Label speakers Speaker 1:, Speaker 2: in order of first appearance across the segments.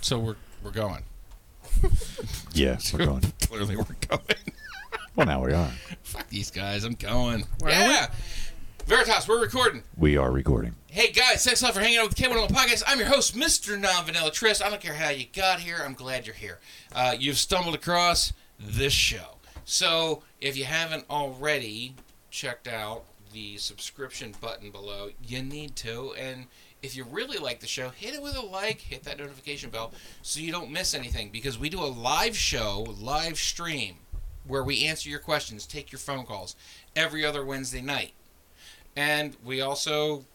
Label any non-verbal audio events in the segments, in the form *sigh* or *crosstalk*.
Speaker 1: So we're we're going.
Speaker 2: Yes, we're going.
Speaker 1: Clearly, we're going. *laughs*
Speaker 2: Well, now we are.
Speaker 1: Fuck these guys. I'm going.
Speaker 3: Where are we?
Speaker 1: yeah. Veritas, we're recording.
Speaker 2: We are recording.
Speaker 1: Hey guys, thanks a lot for hanging out with the K101 Podcast. I'm your host, Mr. Non Vanilla Trist. I don't care how you got here, I'm glad you're here. Uh, you've stumbled across this show. So if you haven't already checked out the subscription button below, you need to. And if you really like the show, hit it with a like, hit that notification bell so you don't miss anything because we do a live show, live stream, where we answer your questions, take your phone calls every other Wednesday night. And we also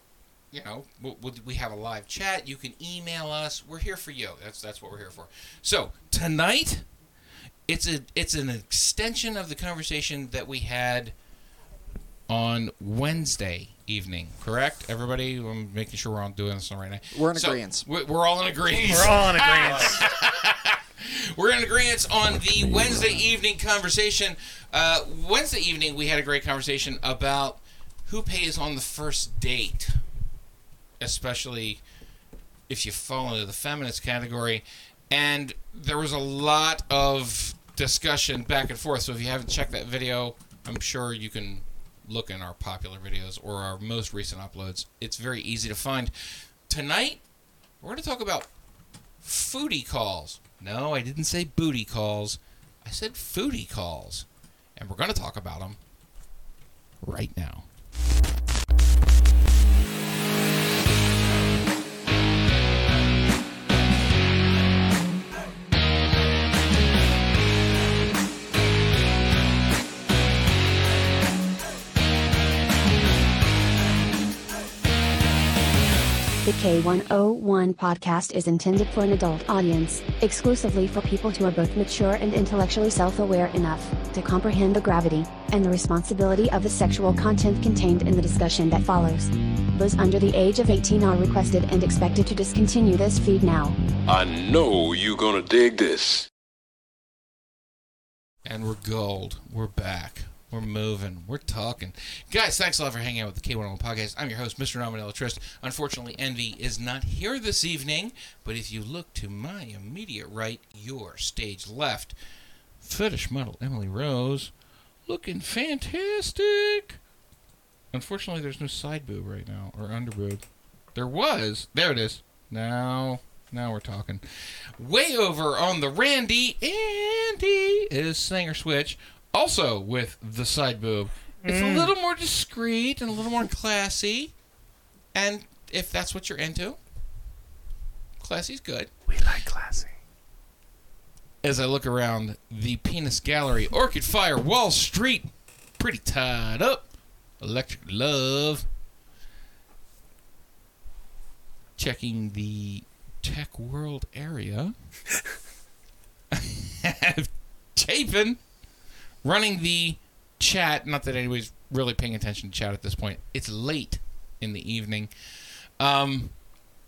Speaker 1: you know, we- we we have a live chat. You can email us. We're here for you. That's that's what we're here for. So tonight, it's a it's an extension of the conversation that we had on Wednesday evening. Correct, everybody. I'm making sure we're all doing this right now.
Speaker 3: We're in
Speaker 1: So,
Speaker 3: agreeance.
Speaker 1: we- We're all in agreement.
Speaker 4: We're all in agreement.
Speaker 1: *laughs* We're in agreement on the Wednesday evening conversation. Uh, Wednesday evening, we had a great conversation about who pays on the first date, especially if you fall into the feminist category. And there was a lot of discussion back and forth. So if you haven't checked that video, I'm sure you can look in our popular videos or our most recent uploads. It's very easy to find. Tonight, we're going to talk about foodie calls. No, I didn't say booty calls. I said foodie calls. And we're going to talk about them right now.
Speaker 5: The K101 podcast is intended for an adult audience, exclusively for people who are both mature and intellectually self aware enough to comprehend the gravity and the responsibility of the sexual content contained in the discussion that follows. Those under the age of 18 are requested and expected to discontinue this feed now.
Speaker 6: I know you gonna dig this.
Speaker 1: And we're gold. We're back. We're moving. We're talking. Guys, thanks a lot for hanging out with the K101 Podcast. I'm your host, Mr. Nominella Trist. Unfortunately, Envy is not here this evening, but if you look to my immediate right, your stage left, fetish model Emily Rose, looking fantastic. Unfortunately, there's no side boob right now, or under boob. There was. There it is. Now, now we're talking. Way over on the Randy, Andy is Singer Switch, also with the side boob. It's
Speaker 4: Mm.
Speaker 1: a little more discreet and a little more classy. And if that's what you're into, classy's good.
Speaker 4: We like classy.
Speaker 1: As I look around the Penis Gallery, Orchid Fire, Wall Street, pretty tied up. Electric Love. Checking the Tech World area. *laughs* Chapin running the chat. Not that anybody's really paying attention to chat at this point. It's late in the evening. Um,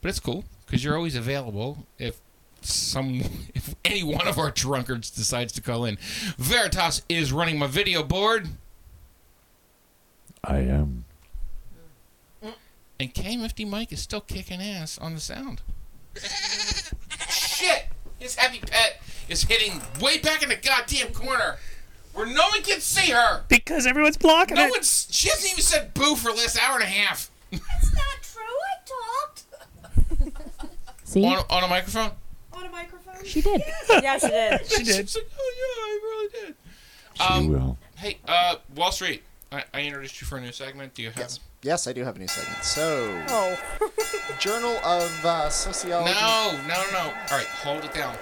Speaker 1: but it's cool because you're always available if some *laughs* if any one of our drunkards decides to call in. Veritas is running my video board.
Speaker 2: I am.
Speaker 1: And KMFD Mike is still kicking ass on the sound. Shit! His happy pet is hitting way back in the goddamn corner where no one can see her.
Speaker 4: Because everyone's blocking
Speaker 1: No
Speaker 4: it.
Speaker 1: one's. She hasn't even said boo for the last hour and a half.
Speaker 7: That's not true. I talked
Speaker 8: See,
Speaker 1: On, on a microphone?
Speaker 7: on a microphone.
Speaker 8: she did.
Speaker 7: Yes, it is.
Speaker 4: *laughs* She did.
Speaker 1: She's like, oh yeah, I really did.
Speaker 2: She will.
Speaker 1: Hey, uh, Wall Street. I, I introduced you for a new segment. Do you have.
Speaker 3: Yes. Yes, I do have a new segment. So, *laughs* Journal of uh, Sociology.
Speaker 1: No, no, no. All right, hold it down.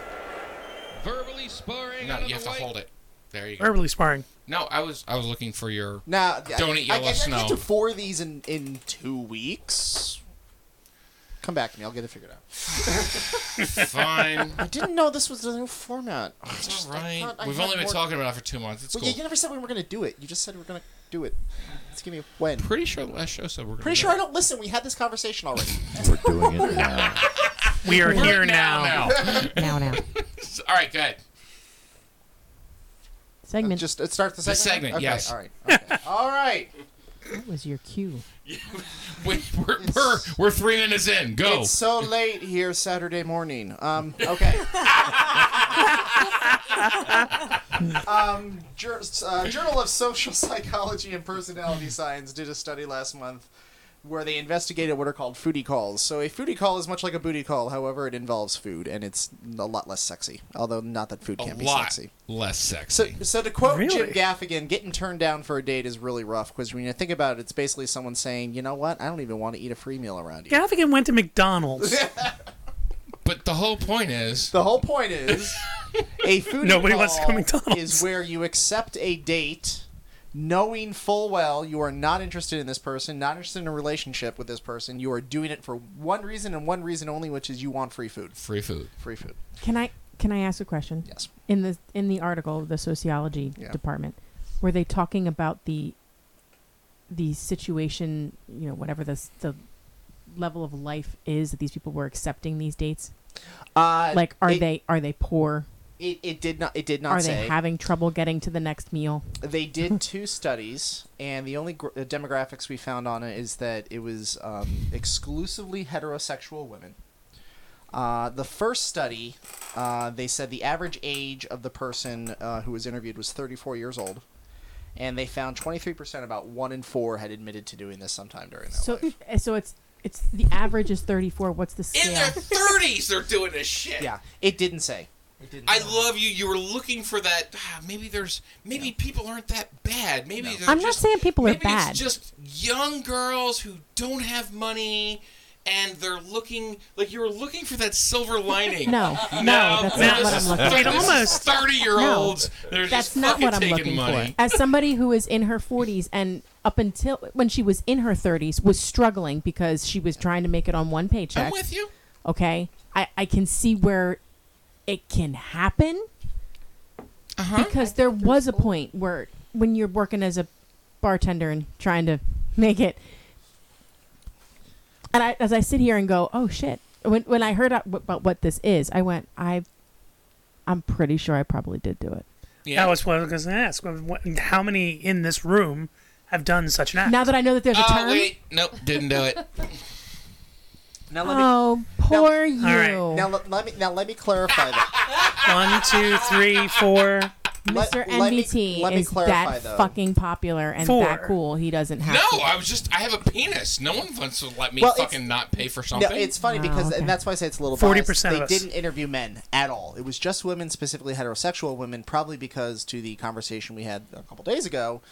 Speaker 9: verbally sparring.
Speaker 1: No,
Speaker 9: out of
Speaker 1: you have
Speaker 9: the
Speaker 1: to
Speaker 9: white-
Speaker 1: hold it. There you go.
Speaker 4: Verbally sparring.
Speaker 1: No, I was I was looking for your.
Speaker 3: Now,
Speaker 1: Don't eat
Speaker 3: I,
Speaker 1: yellow
Speaker 3: I, I
Speaker 1: snow.
Speaker 3: get to four of these in, in two weeks. Come back to me. I'll get it figured out. *laughs*
Speaker 1: Fine.
Speaker 3: I didn't know this was the new format. Oh,
Speaker 1: It's
Speaker 3: just-
Speaker 1: all
Speaker 3: I
Speaker 1: right.
Speaker 3: thought I
Speaker 1: We've
Speaker 3: had
Speaker 1: only been
Speaker 3: more-
Speaker 1: talking about it for two months. It's
Speaker 3: Well,
Speaker 1: cool.
Speaker 3: you, you never said we were going to do it. You just said we are going to do it. Let's give me when.
Speaker 1: Pretty sure the last show said we're gonna
Speaker 3: Pretty
Speaker 1: do
Speaker 3: sure
Speaker 1: it.
Speaker 3: I don't listen. We had this conversation already.
Speaker 2: We're doing it now.
Speaker 4: We are here now.
Speaker 8: Now, now.
Speaker 1: All right, good. *laughs*
Speaker 8: Segment.
Speaker 3: Just uh, start the segment.
Speaker 1: segment,
Speaker 3: Okay,
Speaker 1: yes.
Speaker 3: *laughs* All right. Okay. all right.
Speaker 8: That was your cue.
Speaker 1: We, we're, we're, we're three minutes in. Go.
Speaker 3: It's so late here Saturday morning. Um, okay. *laughs* um, Jour- uh, Journal of Social Psychology and Personality Science did a study last month where they investigated what are called foodie calls. So a foodie call is much like a booty call, however, it involves food and it's a lot less sexy. Although not that food
Speaker 1: a
Speaker 3: can't be
Speaker 1: lot
Speaker 3: sexy.
Speaker 1: less sexy.
Speaker 3: So, so to quote Jim
Speaker 4: Really?
Speaker 3: Gaffigan, getting turned down for a date is really rough because when you think about it, it's basically someone saying, "You know what? I don't even want to eat a free meal around you."
Speaker 4: Gaffigan went to McDonald's.
Speaker 1: but the whole point is,
Speaker 3: The whole point
Speaker 4: *laughs*
Speaker 3: is, a food
Speaker 4: Nobody
Speaker 3: call
Speaker 4: wants to go McDonald's.
Speaker 3: is where you accept a date, knowing full well you are not interested in this person, not interested in a relationship with this person. You are doing it for one reason and one reason only, which is you want free food.
Speaker 1: free food.
Speaker 3: Free food.
Speaker 8: Can I can I ask a question?
Speaker 3: Yes.
Speaker 8: In the in the article, the sociology
Speaker 3: Yeah.
Speaker 8: department, were they talking about the the situation, you know, whatever the s- the level of life is that these people were accepting these dates?
Speaker 3: Uh,
Speaker 8: Like, are
Speaker 3: it-
Speaker 8: they are they poor?
Speaker 3: It, it did not. It did not
Speaker 8: are
Speaker 3: say.
Speaker 8: they having trouble getting to the next meal?
Speaker 3: they
Speaker 8: *laughs*
Speaker 3: did two studies, and the only gr- uh, demographics we found on it is that it was um, exclusively heterosexual women. Uh, the first study, uh, they said the average age of the person uh, who was interviewed was 34 years old, and they found 23% about one in four had admitted to doing this sometime during their
Speaker 8: So
Speaker 3: life.
Speaker 8: uh, so it's it's the average is 34. What's the
Speaker 1: In
Speaker 8: scale?
Speaker 1: their thirties, they're doing this shit.
Speaker 3: Yeah, it didn't say. It didn't.
Speaker 1: I
Speaker 3: say.
Speaker 1: love you. You were looking for that. ah, Maybe there's maybe people aren't that bad. Maybe they're
Speaker 8: I'm not
Speaker 1: just-
Speaker 8: saying people are
Speaker 1: maybe
Speaker 8: bad.
Speaker 1: It's just young girls who don't have money and they're looking like you were looking for that silver
Speaker 8: *laughs*
Speaker 1: lining.
Speaker 8: No, no,
Speaker 1: Now-
Speaker 8: that's
Speaker 1: now
Speaker 8: not what
Speaker 1: this
Speaker 8: I'm
Speaker 1: is
Speaker 8: looking
Speaker 1: thir-
Speaker 8: for.
Speaker 4: It
Speaker 1: this is
Speaker 4: almost-
Speaker 1: thirty-year-olds. They're
Speaker 8: That's
Speaker 1: just
Speaker 8: not
Speaker 1: fucking
Speaker 8: what I'm
Speaker 1: taking
Speaker 8: looking
Speaker 1: money.
Speaker 8: for. As somebody who is in her 40s and up until when she was in her 30s was struggling because she was trying to make it on one
Speaker 1: I'm
Speaker 8: paycheck.
Speaker 1: with you.
Speaker 8: Okay, I, I can see where it can happen
Speaker 1: Uh-huh.
Speaker 8: because there was a point where when you're working as a bartender and trying to make it, and I, as I sit here and go, oh shit. When, when I heard about what this is, I went, I, I'm pretty sure I probably did do it.
Speaker 1: Yeah.
Speaker 4: That was what I was going to ask. What- what- How many in this room have done such an act?
Speaker 8: Now that I know that there's a
Speaker 1: Oh
Speaker 8: term.
Speaker 1: wait, nope, didn't do it.
Speaker 3: Now let me.
Speaker 8: Oh, poor you.
Speaker 4: All right,
Speaker 3: Now let, let me now let me clarify
Speaker 8: *laughs*
Speaker 3: that.
Speaker 4: One, two, three, four.
Speaker 3: Let-
Speaker 8: Mr.
Speaker 3: let me-
Speaker 8: NBT
Speaker 3: let me
Speaker 8: is
Speaker 3: clarify,
Speaker 8: that
Speaker 3: though.
Speaker 8: fucking popular and
Speaker 4: Four.
Speaker 8: that cool. He doesn't have
Speaker 1: No,
Speaker 8: to.
Speaker 1: I was just I have a penis. No one wants to let me
Speaker 3: Well, it's-
Speaker 1: fucking not pay for
Speaker 3: No,
Speaker 1: something.
Speaker 3: it's funny
Speaker 8: Wow,
Speaker 3: because,
Speaker 8: Oh, okay.
Speaker 3: and that's why I say it's a little.
Speaker 4: 40%
Speaker 3: biased. They
Speaker 4: of us.
Speaker 3: didn't interview men at all. It was just women, specifically heterosexual women, probably because to the conversation we had a couple days ago,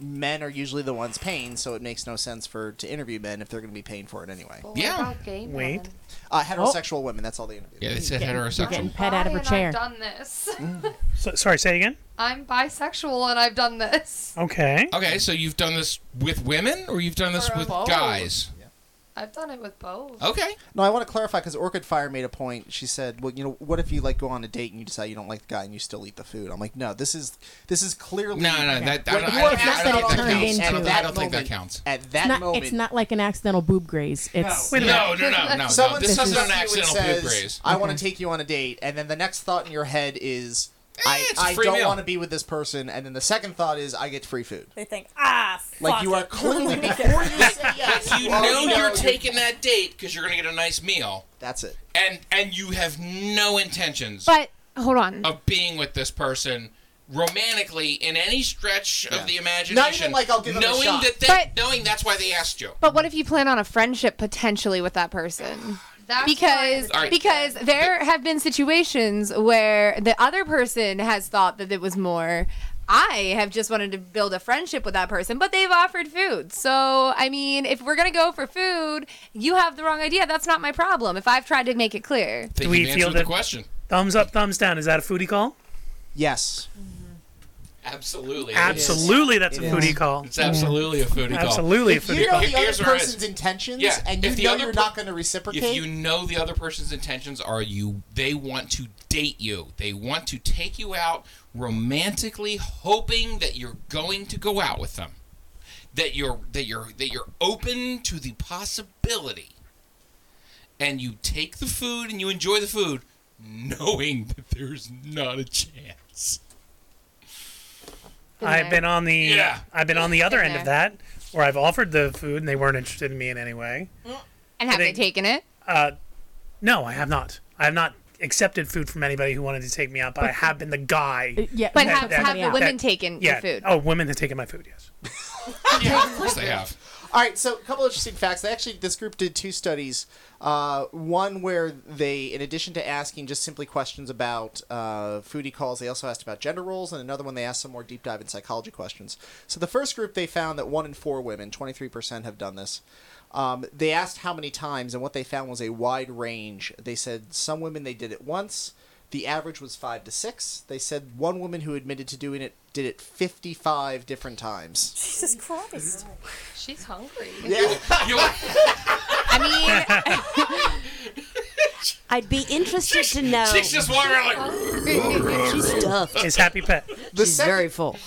Speaker 3: men are usually the ones paying, so it makes no sense for to interview men if they're going to be paying for it anyway.
Speaker 1: Yeah.
Speaker 4: Wait.
Speaker 3: Uh, heterosexual women, that's all they interviewed.
Speaker 1: yeah, they said
Speaker 8: Getting- Getting
Speaker 1: heterosexual.
Speaker 8: pet out of her chair.
Speaker 10: I've done this. *laughs*
Speaker 4: So, sorry, say it again.
Speaker 10: I'm bisexual and I've done this.
Speaker 4: Okay.
Speaker 1: Okay, so you've done this with women or you've done this
Speaker 10: For
Speaker 1: with
Speaker 10: both.
Speaker 1: guys?
Speaker 10: I've done it with
Speaker 11: Oh.
Speaker 10: both.
Speaker 1: Okay.
Speaker 3: No, I want to clarify because Orchid Fire made a point. She said, "Well, you know, what if you like go on a date and you decide you don't like the guy and you still eat the food?" I'm like, "No, this is this is clearly
Speaker 1: No, no, that, I
Speaker 3: What
Speaker 1: don't, I
Speaker 3: you are
Speaker 1: don't- I don't think
Speaker 3: not
Speaker 1: that counts.
Speaker 3: turned
Speaker 1: I
Speaker 8: into.
Speaker 1: don't, I don't think that
Speaker 3: Moment.
Speaker 1: counts.
Speaker 3: at
Speaker 8: It's
Speaker 3: that
Speaker 8: not,
Speaker 3: moment."
Speaker 8: it's not like an accidental boob graze. It's
Speaker 4: Wait a minute.
Speaker 1: No, no, no, Oh, no, no.
Speaker 3: Someone
Speaker 1: This
Speaker 3: sits
Speaker 1: isn't
Speaker 3: down
Speaker 1: an
Speaker 3: to you and
Speaker 1: accidental
Speaker 3: says,
Speaker 1: poop raise.
Speaker 3: I want to take you on a date, and then the next thought in your head is, I,
Speaker 1: Eh, it's a
Speaker 3: I
Speaker 1: free
Speaker 3: don't
Speaker 1: meal.
Speaker 3: want to be with this person, and then the second thought is, I get free food.
Speaker 7: They think, ah, fuck
Speaker 3: Like you
Speaker 7: it. *laughs*
Speaker 3: are clearly before you say yes,
Speaker 1: You
Speaker 3: already
Speaker 1: know you're taking that date because you're gonna get a nice meal,
Speaker 3: That's it.
Speaker 1: and and you have no intentions
Speaker 10: But hold on.
Speaker 1: of being with this person romantically in any stretch
Speaker 3: Yeah.
Speaker 1: of the imagination.
Speaker 3: like, I'll give them a
Speaker 1: knowing
Speaker 3: shot.
Speaker 1: that they,
Speaker 10: But-
Speaker 1: knowing that's why they asked you.
Speaker 10: But what if you plan on a friendship potentially with that person? because
Speaker 1: All right.
Speaker 10: because there have been situations where the other person has thought that it was more. I have just wanted to build a friendship with that person, but they've offered food. So, I mean, if we're going to go for food, you have the wrong idea. That's not my problem if I've tried to make it clear.
Speaker 1: Think
Speaker 4: we
Speaker 1: you've
Speaker 4: feel
Speaker 1: answered the
Speaker 4: that-
Speaker 1: question.
Speaker 4: Thumbs up, thumbs down. Is that a foodie call?
Speaker 3: Yes.
Speaker 1: Absolutely.
Speaker 4: Absolutely, that's a
Speaker 3: It
Speaker 4: foodie
Speaker 3: is.
Speaker 4: call.
Speaker 1: It's absolutely a foodie call.
Speaker 4: Absolutely a
Speaker 3: If you
Speaker 4: foodie
Speaker 3: know
Speaker 4: call.
Speaker 1: Here-
Speaker 3: the other
Speaker 1: here's where it is.
Speaker 3: person's intentions,
Speaker 1: Yeah,
Speaker 3: and you
Speaker 1: if the
Speaker 3: know
Speaker 1: other
Speaker 3: you're
Speaker 1: per-
Speaker 3: not going to reciprocate,
Speaker 1: If you know the other person's intentions are you, they want to date you. They want to take you out romantically, hoping that you're going to go out with them. That you're that you're that you're open to the possibility. And you take the food and you enjoy the food, knowing that there's not a chance.
Speaker 4: I've been on the
Speaker 1: Yeah.
Speaker 4: I've been on the other
Speaker 10: Been
Speaker 4: end of
Speaker 10: there.
Speaker 4: that or I've offered the food and they weren't interested in me in any way.
Speaker 10: And have
Speaker 4: I
Speaker 10: they
Speaker 4: think-
Speaker 10: taken it?
Speaker 4: Uh, no, I have not. I have not accepted food from anybody who wanted to take me out, but I have been the guy.
Speaker 10: Uh, yeah, But have- have the women taken your
Speaker 4: yeah,
Speaker 10: food?
Speaker 4: Oh, women have taken my food. Yes.
Speaker 1: yeah, of course they have.
Speaker 3: All right, so a couple interesting facts. They actually, this group did two studies. Uh, one where they, in addition to asking just simply questions about uh, foodie calls, they also asked about gender roles, and another one they asked some more deep dive in psychology questions. So the first group, they found that one in four women, 23%, have done this. Um, they asked how many times, and what they found was a wide range. They said some women they did it once. The average was five to six. They said one woman who admitted to doing it did it 55 different times.
Speaker 7: Jesus Christ.
Speaker 10: She's hungry.
Speaker 3: Yeah.
Speaker 10: I
Speaker 11: I'd be interested to know.
Speaker 1: She's just wandering around like.
Speaker 11: She's stuffed.
Speaker 4: It's happy pet.
Speaker 11: She's very full. *laughs*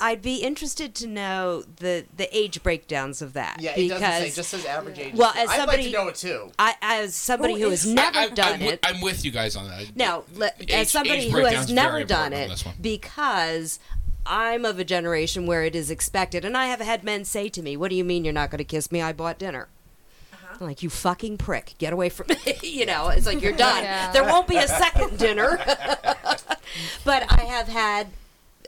Speaker 11: I'd be interested to know the the age breakdowns of that.
Speaker 3: Yeah, it
Speaker 11: because
Speaker 3: doesn't say, it just says average age.
Speaker 11: Well, as
Speaker 3: I'd like
Speaker 11: somebody
Speaker 3: to know it too.
Speaker 11: I, as somebody who has
Speaker 1: I-
Speaker 11: never
Speaker 1: I- I'm
Speaker 11: done
Speaker 1: wi-
Speaker 11: it.
Speaker 1: I'm with you guys on that.
Speaker 11: No, le-
Speaker 1: Age-
Speaker 11: as somebody
Speaker 1: age
Speaker 11: who has
Speaker 1: breakdown's
Speaker 11: never
Speaker 1: very
Speaker 11: done
Speaker 1: important on
Speaker 11: it,
Speaker 1: this one.
Speaker 11: because I'm of a generation where it is expected, and I have had men say to me, "What do you mean you're not going to kiss me? I bought dinner."
Speaker 1: Uh-huh.
Speaker 11: I'm like you fucking prick, get away from me. *laughs* you know, it's like you're done.
Speaker 10: Yeah.
Speaker 11: There won't be a second dinner.
Speaker 1: *laughs*
Speaker 11: *laughs* but I have had.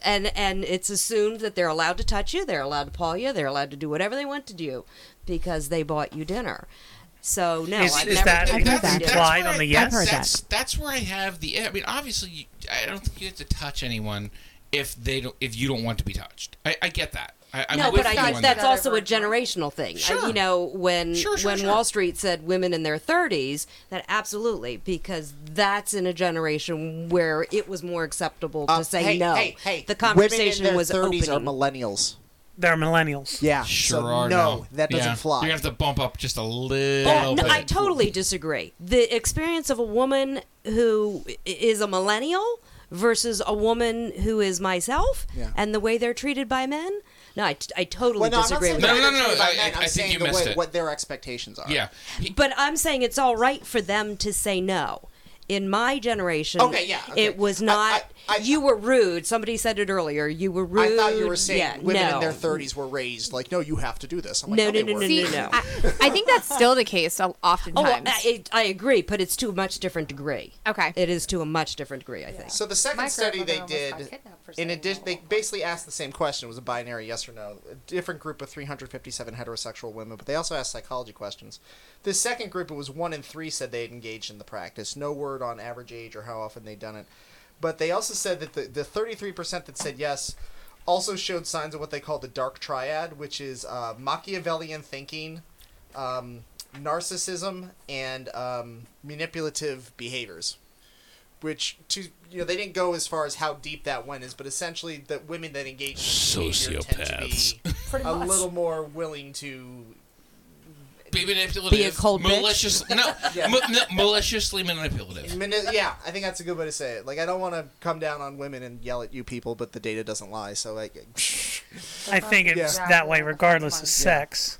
Speaker 11: And and it's assumed that they're allowed to touch you, they're allowed to paw you, they're allowed to do whatever they want to do, because they bought you dinner. So no,
Speaker 4: Is-
Speaker 11: I've
Speaker 4: is
Speaker 11: never
Speaker 4: that-
Speaker 11: been
Speaker 4: I've heard
Speaker 11: to
Speaker 4: that.
Speaker 11: dinner.
Speaker 4: Implied on the yes? I've heard
Speaker 1: that's, That's where I have the. I mean, obviously, you, I don't think you have to touch anyone if they don't. If you don't want to be touched, I, I get that. I, I'm
Speaker 11: no,
Speaker 1: with
Speaker 11: *laughs* but I
Speaker 1: you
Speaker 11: think
Speaker 1: on
Speaker 11: that's
Speaker 1: that.
Speaker 11: also a generational thing. I-
Speaker 1: Sure.
Speaker 11: you know, when
Speaker 1: Sure, sure,
Speaker 11: when
Speaker 1: sure.
Speaker 11: Wall Street said women in their 30s, that absolutely because that's in a generation where it was more acceptable to
Speaker 3: Um,
Speaker 11: say
Speaker 3: hey,
Speaker 11: no.
Speaker 3: hey, hey,
Speaker 11: the conversation
Speaker 3: women in
Speaker 11: was
Speaker 3: their 30s
Speaker 11: opening.
Speaker 3: are millennials.
Speaker 4: They're millennials.
Speaker 3: Yeah,
Speaker 1: Sure
Speaker 3: so
Speaker 1: are
Speaker 3: no,
Speaker 1: no.
Speaker 3: that doesn't
Speaker 1: Yeah.
Speaker 3: fly.
Speaker 1: You're gonna have to bump up just a
Speaker 11: Oh,
Speaker 1: little
Speaker 11: no,
Speaker 1: bit.
Speaker 11: I totally disagree. The experience of a woman who i- is a millennial versus a woman who is myself
Speaker 3: Yeah.
Speaker 11: and the way they're treated by men. No, I, t- I totally
Speaker 3: well, no, I'm not
Speaker 11: disagree
Speaker 3: saying
Speaker 11: with
Speaker 1: No,
Speaker 11: that.
Speaker 3: they're
Speaker 1: no,
Speaker 3: not
Speaker 1: no,
Speaker 3: treated by
Speaker 1: I-
Speaker 3: men.
Speaker 1: I
Speaker 3: I'm
Speaker 1: think
Speaker 3: saying
Speaker 1: you
Speaker 3: the
Speaker 1: missed
Speaker 3: way,
Speaker 1: it.
Speaker 3: what their expectations are.
Speaker 1: yeah.
Speaker 11: But I'm saying it's all right for them to say no. In my generation,
Speaker 3: Okay, yeah, okay.
Speaker 11: it was not.
Speaker 3: I- I- I-
Speaker 11: you were rude. Somebody said it earlier. You were rude.
Speaker 3: I thought you were saying
Speaker 11: Yeah,
Speaker 3: women
Speaker 11: no.
Speaker 3: in their 30s were raised like, no, you have to do this. I'm like,
Speaker 11: No,
Speaker 3: they
Speaker 11: no, no,
Speaker 3: weren't.
Speaker 11: no,
Speaker 10: mean,
Speaker 11: no, no.
Speaker 10: I, I think that's still the case o-
Speaker 11: Oh, well,
Speaker 10: oftentimes.
Speaker 11: I, I agree, but it's to a much different degree.
Speaker 10: Okay.
Speaker 11: It is to a much different degree, I think.
Speaker 3: So the second
Speaker 10: My
Speaker 3: study they
Speaker 10: grandmother almost got
Speaker 3: did,
Speaker 10: kidnapped for
Speaker 3: in
Speaker 10: saying
Speaker 3: addition,
Speaker 10: no.
Speaker 3: they basically asked the same question. It was a binary yes or no. A different group of 357 heterosexual women, but they also asked psychology questions. This second group, it was one in three said they had engaged in the practice. No word on average age or how often they'd done it. But they also said that the, the 33% that said yes also showed signs of what they call the dark triad, which is uh, Machiavellian thinking, um, narcissism, and um, manipulative behaviors which to you know they didn't go as far as how deep that went is, but essentially that women that engage in this behavior tend to be
Speaker 7: *laughs* Pretty
Speaker 3: a
Speaker 7: much.
Speaker 3: little more willing to.
Speaker 1: Be manipulative.
Speaker 11: Be a cold bitch?
Speaker 1: malicious,
Speaker 11: *laughs*
Speaker 1: No,
Speaker 3: Yeah.
Speaker 1: ma- ma- maliciously manipulative.
Speaker 3: mani- Yeah, I think that's a good way to say it. Like I don't want to come down on women and yell at you people, but the data doesn't lie. So like,
Speaker 4: I think it's that way, regardless of sex.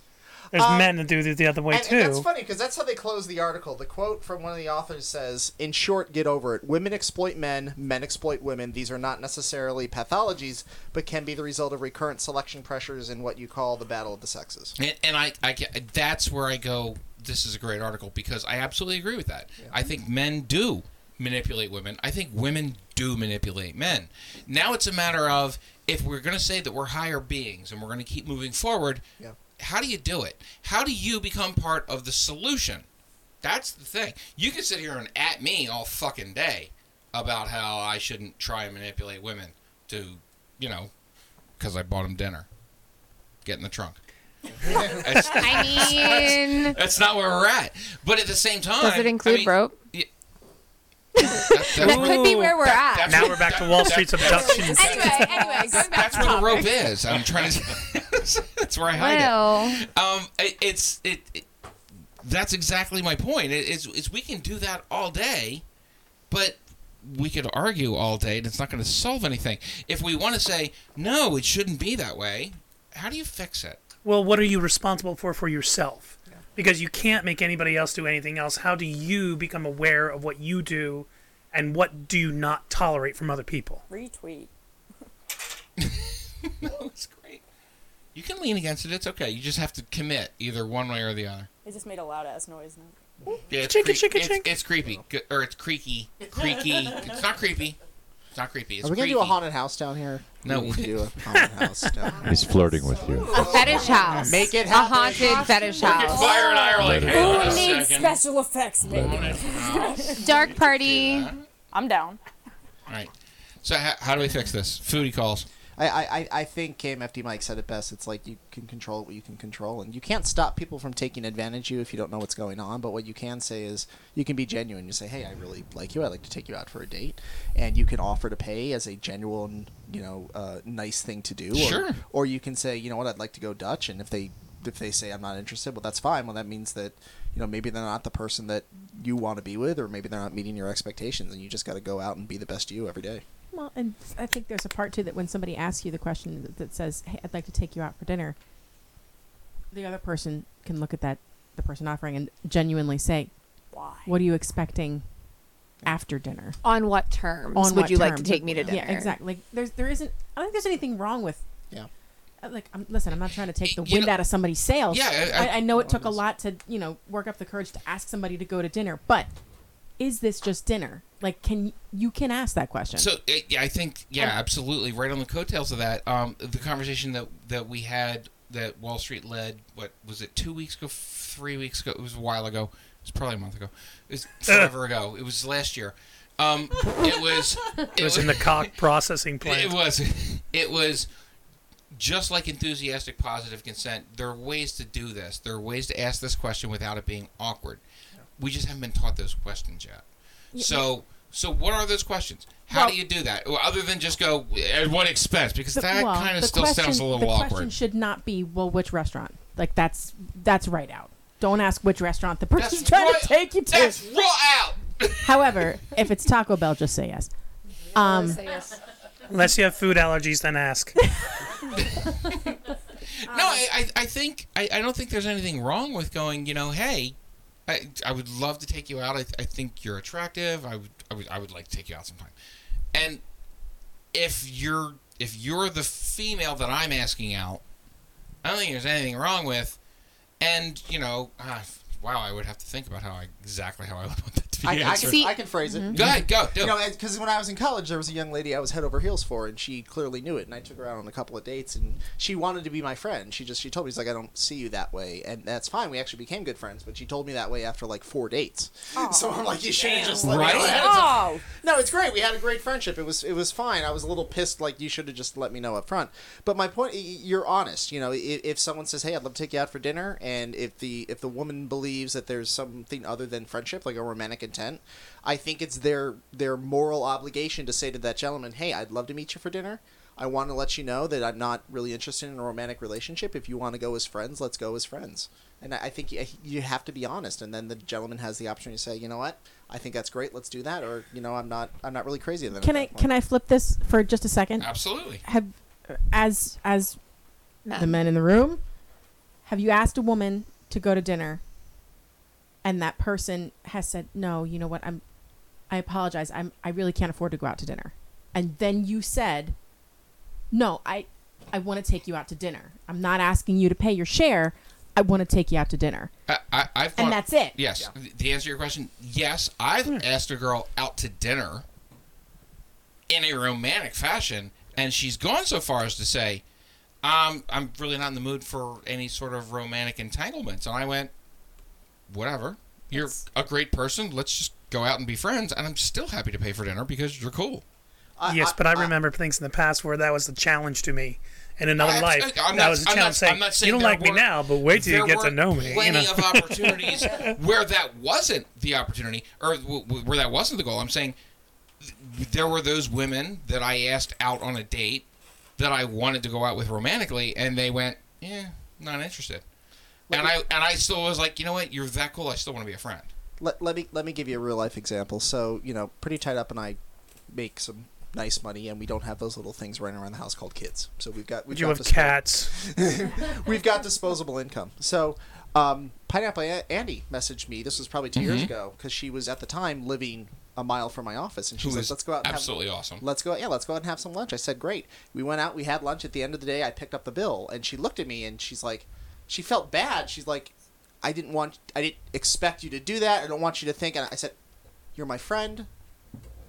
Speaker 4: There's men that do it the other way
Speaker 3: and,
Speaker 4: too.
Speaker 3: and that's funny because that's how they close the article. The quote from one of the authors says, "In short, get over it. Women exploit men, men exploit women. These are not necessarily pathologies, but can be the result of recurrent selection pressures in what you call the battle of the sexes."
Speaker 1: And, and I, I, get- that's where I go. This is a great article because I absolutely agree with that. I think men do manipulate women. I think women do manipulate men. Now it's a matter of if we're going to say that we're higher beings and we're going to keep moving forward.
Speaker 3: Yeah.
Speaker 1: How do you do it? How do you become part of the solution? That's the thing. You can sit here and at me all fucking day about how I shouldn't try and manipulate women to, you know, because I bought them dinner. Get in the trunk. That's-
Speaker 10: I mean,
Speaker 1: that's not where we're at. But at the same time,
Speaker 10: *laughs* does it include
Speaker 1: I mean,
Speaker 10: rope?
Speaker 1: That,
Speaker 10: That
Speaker 1: that's where,
Speaker 10: could be where we're
Speaker 1: that-
Speaker 10: at.
Speaker 1: that's
Speaker 4: now we're back to Wall Street's abductions.
Speaker 10: Anyway, anyway, going back
Speaker 1: that's
Speaker 10: to
Speaker 1: where the
Speaker 10: topic.
Speaker 1: rope is. I'm trying to. *laughs* that's where I hide
Speaker 10: Well,
Speaker 1: it. Um, it, it's it, it. That's exactly my point. It, it's, it's we can do that all day, but we could argue all day, and it's not going to solve anything. If we want to say no, it shouldn't be that way. How do you fix it? *laughs*
Speaker 4: well, what are you responsible for for yourself? Because you can't make anybody else do anything else. How do you become aware of what you do and what do you not tolerate from other people?
Speaker 7: Retweet.
Speaker 1: That's great. You can lean against it. It's okay. You just have to commit either one way or the other.
Speaker 12: It just made a loud ass noise. Now.
Speaker 1: Yeah, it's,
Speaker 12: Chicka,
Speaker 1: creak-
Speaker 12: chicka,
Speaker 1: it's, it's creepy, G- or it's creaky, creaky. it's not creepy. It's not creepy. It's
Speaker 3: Are we gonna
Speaker 1: creaky.
Speaker 3: do a haunted house down here?
Speaker 1: No.
Speaker 3: we need to do a haunted house down here.
Speaker 2: He's flirting with you.
Speaker 10: *laughs* A fetish house.
Speaker 3: Make it
Speaker 10: a
Speaker 3: happen.
Speaker 10: haunted fetish house.
Speaker 1: Fire and I are like, hang
Speaker 2: Let it
Speaker 1: on a
Speaker 2: out.
Speaker 12: Need
Speaker 1: second.
Speaker 12: special effects, baby.
Speaker 10: Dark party.
Speaker 12: I'm down.
Speaker 1: All right. So how, how do we fix this? Foodie calls.
Speaker 3: I, I, I- I think KMFD Mike said it best. It's like you can control what you can control, and you can't stop people from taking advantage of you if you don't know what's going on. But what you can say is you can be genuine. You say, "Hey, I really like you. I'd like to take you out for a date," and you can offer to pay as a genuine, you know, uh, nice thing to do. Or,
Speaker 1: Sure.
Speaker 3: Or you can say, "You know what? I'd like to go Dutch," and if they if they say I'm not interested, well, that's fine. Well, that means that you know maybe they're not the person that you want to be with, or maybe they're not meeting your expectations, and you just got to go out and be the best you every day.
Speaker 8: Well, and I think there's a part too that when somebody asks you the question that, that says, "Hey, I'd like to take you out for dinner," the other person can look at that the person offering and genuinely say,
Speaker 12: "Why?
Speaker 8: What are you expecting after dinner?
Speaker 10: On what terms
Speaker 8: On
Speaker 10: would
Speaker 8: what
Speaker 10: you like to
Speaker 8: terms?"
Speaker 10: take me to dinner?
Speaker 8: Yeah, exactly. Like, there's there isn't. I don't think there's anything wrong with.
Speaker 3: Yeah.
Speaker 8: uh, Like, I'm, listen, I'm not trying to take the
Speaker 1: You
Speaker 8: wind
Speaker 1: know-
Speaker 8: out of somebody's sails.
Speaker 1: Yeah, I-
Speaker 8: I,
Speaker 1: I-
Speaker 8: I, know it took a lot to, you know, work up the courage to ask somebody to go to dinner, but is this just dinner? Like, can you can ask that question?
Speaker 1: So it, yeah, I think yeah, absolutely. Right on the coattails of that, um, the conversation that that we had that Wall Street led. What was it? Two weeks ago? Three weeks ago? It was a while ago. It was probably a month ago. It
Speaker 4: *laughs*
Speaker 1: was forever ago. It was last year. Um, it was.
Speaker 4: It was in the cock processing plant.
Speaker 1: It was. *laughs* It was just like enthusiastic positive consent. There are ways to do this. There are ways to ask this question without it being awkward. We just haven't been taught those questions yet.
Speaker 8: Yeah.
Speaker 1: So, so what are those questions? How do
Speaker 8: Well-
Speaker 1: you do that? Well, other than just go at what expense? Because
Speaker 8: The-
Speaker 1: that
Speaker 8: well,
Speaker 1: kind of
Speaker 8: the
Speaker 1: still sounds a
Speaker 8: question-
Speaker 1: little
Speaker 8: the question
Speaker 1: awkward.
Speaker 8: should not be well which restaurant like that's that's right out don't ask which restaurant the person's
Speaker 1: That's
Speaker 8: *laughs* trying
Speaker 1: right-
Speaker 8: to take you to
Speaker 1: that's right
Speaker 8: however if it's taco bell just say yes um
Speaker 4: Unless you have food allergies, then ask.
Speaker 1: no,
Speaker 3: Um,
Speaker 1: I, I, I think I, I don't think there's anything wrong with going. You know, hey, I, I would love to take you out. I, I think you're attractive. I would, I would I would like to take you out sometime. And if you're if you're the female that I'm asking out, I don't think there's anything wrong with. And you know, ah, wow, I would have to think about how I, exactly how I *laughs* would want that to be
Speaker 3: I, I,
Speaker 1: answered.
Speaker 3: can, I can phrase it.
Speaker 1: Go ahead, go. Do it.
Speaker 3: You know, because when I was in college, there was a young lady I was head over heels for, and she clearly knew it. And I took her out on a couple of dates, and she wanted to be my friend. She just she told me she's like, I don't see you that way, and that's fine. We actually became good friends, but she told me that way after like four dates. *laughs* so I'm like, you should have just let
Speaker 1: Right?
Speaker 3: me know ahead of time."
Speaker 12: Oh,
Speaker 3: No, it's great. We had a great friendship. It was it was fine. I was a little pissed, like you should have just let me know up front. But my point, y- y- you're honest. You know, i- if someone says, "Hey, I'd love to take you out for dinner," and if the if the woman believes that there's something other than friendship, like a romantic intent, I think it's their their moral obligation to say to that gentleman, "Hey, I'd love to meet you for dinner." I want to let you know that I'm not really interested in a romantic relationship. If you want to go as friends, let's go as friends. And I I think you- you have to be honest. And then the gentleman has the option to say, you know what, I think that's great. Let's do that. Or you know, I'm not, I'm not really crazy. Then
Speaker 8: can i can i flip this for just a second
Speaker 1: Absolutely.
Speaker 8: have as as the men in the room have you asked a woman to go to dinner and that person has said no you know what i'm i apologize i'm i really can't afford to go out to dinner and then you said no i i want to take you out to dinner i'm not asking you to pay your share i want to take you out to dinner
Speaker 1: I, I, I've
Speaker 8: And
Speaker 1: gone-
Speaker 8: that's it. Hmm.
Speaker 1: Yes. Th- The answer to your question, yes, I've asked a girl out to dinner in a romantic fashion, and she's gone so far as to say, um, I'm really not in the mood for any sort of romantic entanglements. And I went, whatever. You're a great person. Let's just go out and be friends. And I'm still happy to pay for dinner because you're cool.
Speaker 4: yes, but I remember things in the past where that was a challenge to me. In another
Speaker 1: I- I-
Speaker 4: life,
Speaker 1: I'm
Speaker 4: that
Speaker 1: not-
Speaker 4: was a
Speaker 1: I'm
Speaker 4: challenge
Speaker 1: not-
Speaker 4: saying,
Speaker 1: I'm not saying
Speaker 4: you don't
Speaker 1: there
Speaker 4: like me
Speaker 1: were-
Speaker 4: now, but wait till
Speaker 1: there
Speaker 4: you get
Speaker 1: were
Speaker 4: to know me. You
Speaker 1: Plenty
Speaker 4: know? *laughs*
Speaker 1: of opportunities where that wasn't the opportunity, or w- w- where that wasn't the goal. I'm saying th- there were those women that I asked out on a date that I wanted to go out with romantically, and they went, "Yeah, not interested." And I and I still was like, you know what? You're that cool. I still want to be a friend.
Speaker 3: let, let me let me give you a real life example. So you know, pretty tied up, and I make some nice money, and we don't have those little things running around the house called kids. So we've got we've
Speaker 4: you
Speaker 3: got
Speaker 4: have
Speaker 3: dispo-
Speaker 4: cats.
Speaker 3: *laughs* we've got disposable income. So um, Pineapple A- Andy messaged me. This was probably 2 years
Speaker 1: Mhm.
Speaker 3: ago because she was at the time living a mile from my office, and she's
Speaker 1: Who
Speaker 3: like,
Speaker 1: is
Speaker 3: "Let's go out." And
Speaker 1: absolutely
Speaker 3: have,
Speaker 1: awesome.
Speaker 3: Let's go. Yeah, let's go out and have some lunch. I said, "Great." We went out. We had lunch. At the end of the day, I picked up the bill, and she looked at me, and she's like, she felt bad. She's like, "I didn't want. I didn't expect you to do that. I don't want you to think." And I said, "You're my friend.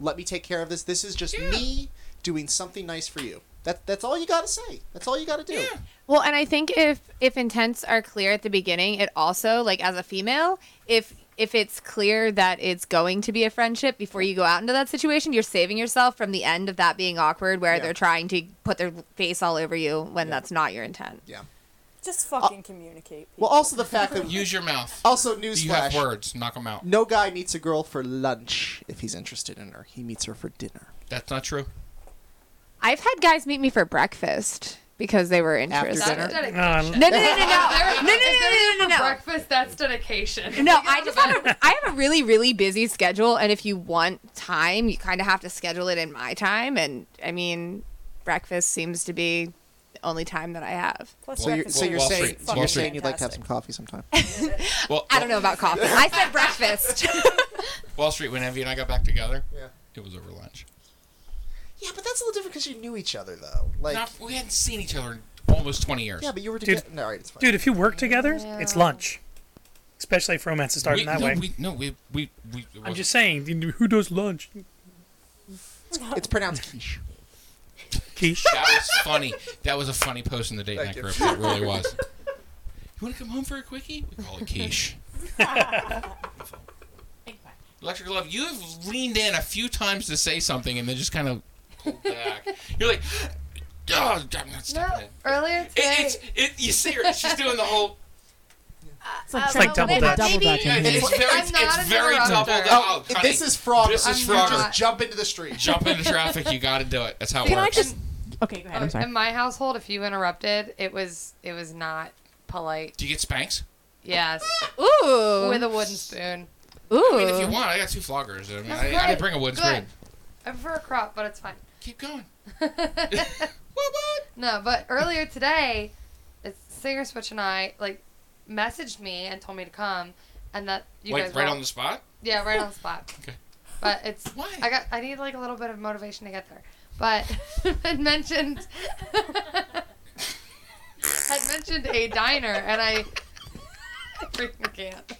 Speaker 3: Let me take care of this. This is just me doing something nice for you. That that's all you got to say. That's all you got to do."
Speaker 10: Well, and I think if if intents are clear at the beginning, it also like as a female, if if it's clear that it's going to be a friendship before you go out into that situation, you're saving yourself from the end of that being awkward where
Speaker 12: Yeah.
Speaker 10: they're trying to put their face all over you when that's not your intent.
Speaker 3: Yeah.
Speaker 12: Just
Speaker 8: Uh,
Speaker 12: fucking communicate.
Speaker 3: Well, also the fact
Speaker 1: *laughs*
Speaker 3: that
Speaker 1: use your mouth.
Speaker 3: Also,
Speaker 1: You have
Speaker 3: newsflash:
Speaker 1: words. Knock them out.
Speaker 3: no guy meets a girl for lunch if he's interested in her. He meets her for dinner.
Speaker 1: That's not true.
Speaker 10: I've had guys meet me for breakfest because they were interested.
Speaker 4: Uh,
Speaker 7: dedication.
Speaker 10: No, no, no, no, no.
Speaker 7: *laughs* If they're-
Speaker 10: No, no,
Speaker 7: if
Speaker 10: no,
Speaker 7: they're
Speaker 10: no,
Speaker 7: here
Speaker 10: no,
Speaker 7: for
Speaker 10: no.
Speaker 7: Breakfast. That's dedication.
Speaker 10: No, I just have a, I have a really really busy schedule, and if you want time, you kind of have to schedule it in my time. And I mean, breakfast seems to be the only time that I have.
Speaker 3: so you're, so you're
Speaker 1: Wall
Speaker 3: saying
Speaker 1: Street.
Speaker 3: so
Speaker 1: Wall
Speaker 3: you're
Speaker 1: Street.
Speaker 3: saying you'd like to have some coffee
Speaker 4: *laughs*
Speaker 3: sometime.
Speaker 1: Well,
Speaker 10: I don't know about coffee. I
Speaker 7: *laughs*
Speaker 10: said breakfast.
Speaker 1: Wall Street. When Envy and I got back together,
Speaker 3: Yeah.
Speaker 1: it was over lunch.
Speaker 3: Yeah, but that's a little different because you knew each other though. Like,
Speaker 1: Not- we hadn't seen each other in almost twenty years.
Speaker 3: yeah, but you were
Speaker 4: Dude.
Speaker 3: together. No, all right, it's fine.
Speaker 4: Dude, if you work together, it's lunch. Especially if romance is
Speaker 1: we,
Speaker 4: starting that
Speaker 1: no,
Speaker 4: way.
Speaker 1: We, no, we we we.
Speaker 4: I'm just saying, you- who does lunch?
Speaker 3: It's pronounced quiche.
Speaker 4: Quiche.
Speaker 1: That was funny. That was a funny post in the date night
Speaker 3: you.
Speaker 1: group. It really was. You want to come home for a quickie? We call it quiche. Electric Love, you have leaned in a few times to say something and then just kind of pulled back. You're like, oh, I'm not stepping in.
Speaker 7: Earlier
Speaker 1: It, it's, it, you see her, she's doing the whole.
Speaker 7: It's
Speaker 8: like It's like double double- double maybe- dutch.
Speaker 1: It's,
Speaker 8: It's-
Speaker 1: very,
Speaker 7: I'm not
Speaker 1: it's
Speaker 7: an
Speaker 1: very
Speaker 7: interrupter.
Speaker 1: double.
Speaker 3: Oh,
Speaker 1: Oh, honey,
Speaker 3: this is Frogger.
Speaker 1: This is
Speaker 7: I'm not.
Speaker 1: Frogger.
Speaker 3: Just jump into the street.
Speaker 1: Jump into traffic. You got to do it. That's how it
Speaker 8: Can I
Speaker 1: works.
Speaker 8: just- Okay, go ahead. I'm sorry.
Speaker 7: In my household, if you interrupted, it was it was not polite.
Speaker 1: Do you get spanks?
Speaker 7: Yes,
Speaker 10: Ooh.
Speaker 7: with a wooden spoon.
Speaker 10: Ooh.
Speaker 1: I mean, if you want, I got two floggers. I mean, I, I didn't bring a wooden spoon.
Speaker 7: Good. I prefer a crop, but it's fine.
Speaker 1: Keep going.
Speaker 7: No, but earlier today, it's Singer Switch and I like messaged me and told me to come, and that you
Speaker 1: like
Speaker 7: guys
Speaker 1: right
Speaker 7: were-
Speaker 1: on the spot.
Speaker 7: Yeah, right on
Speaker 1: *laughs*
Speaker 7: the spot.
Speaker 1: Okay.
Speaker 7: But it's I got I need like a little bit of motivation to get there. But *laughs* had mentioned *laughs* had mentioned a diner and I I freaking can't.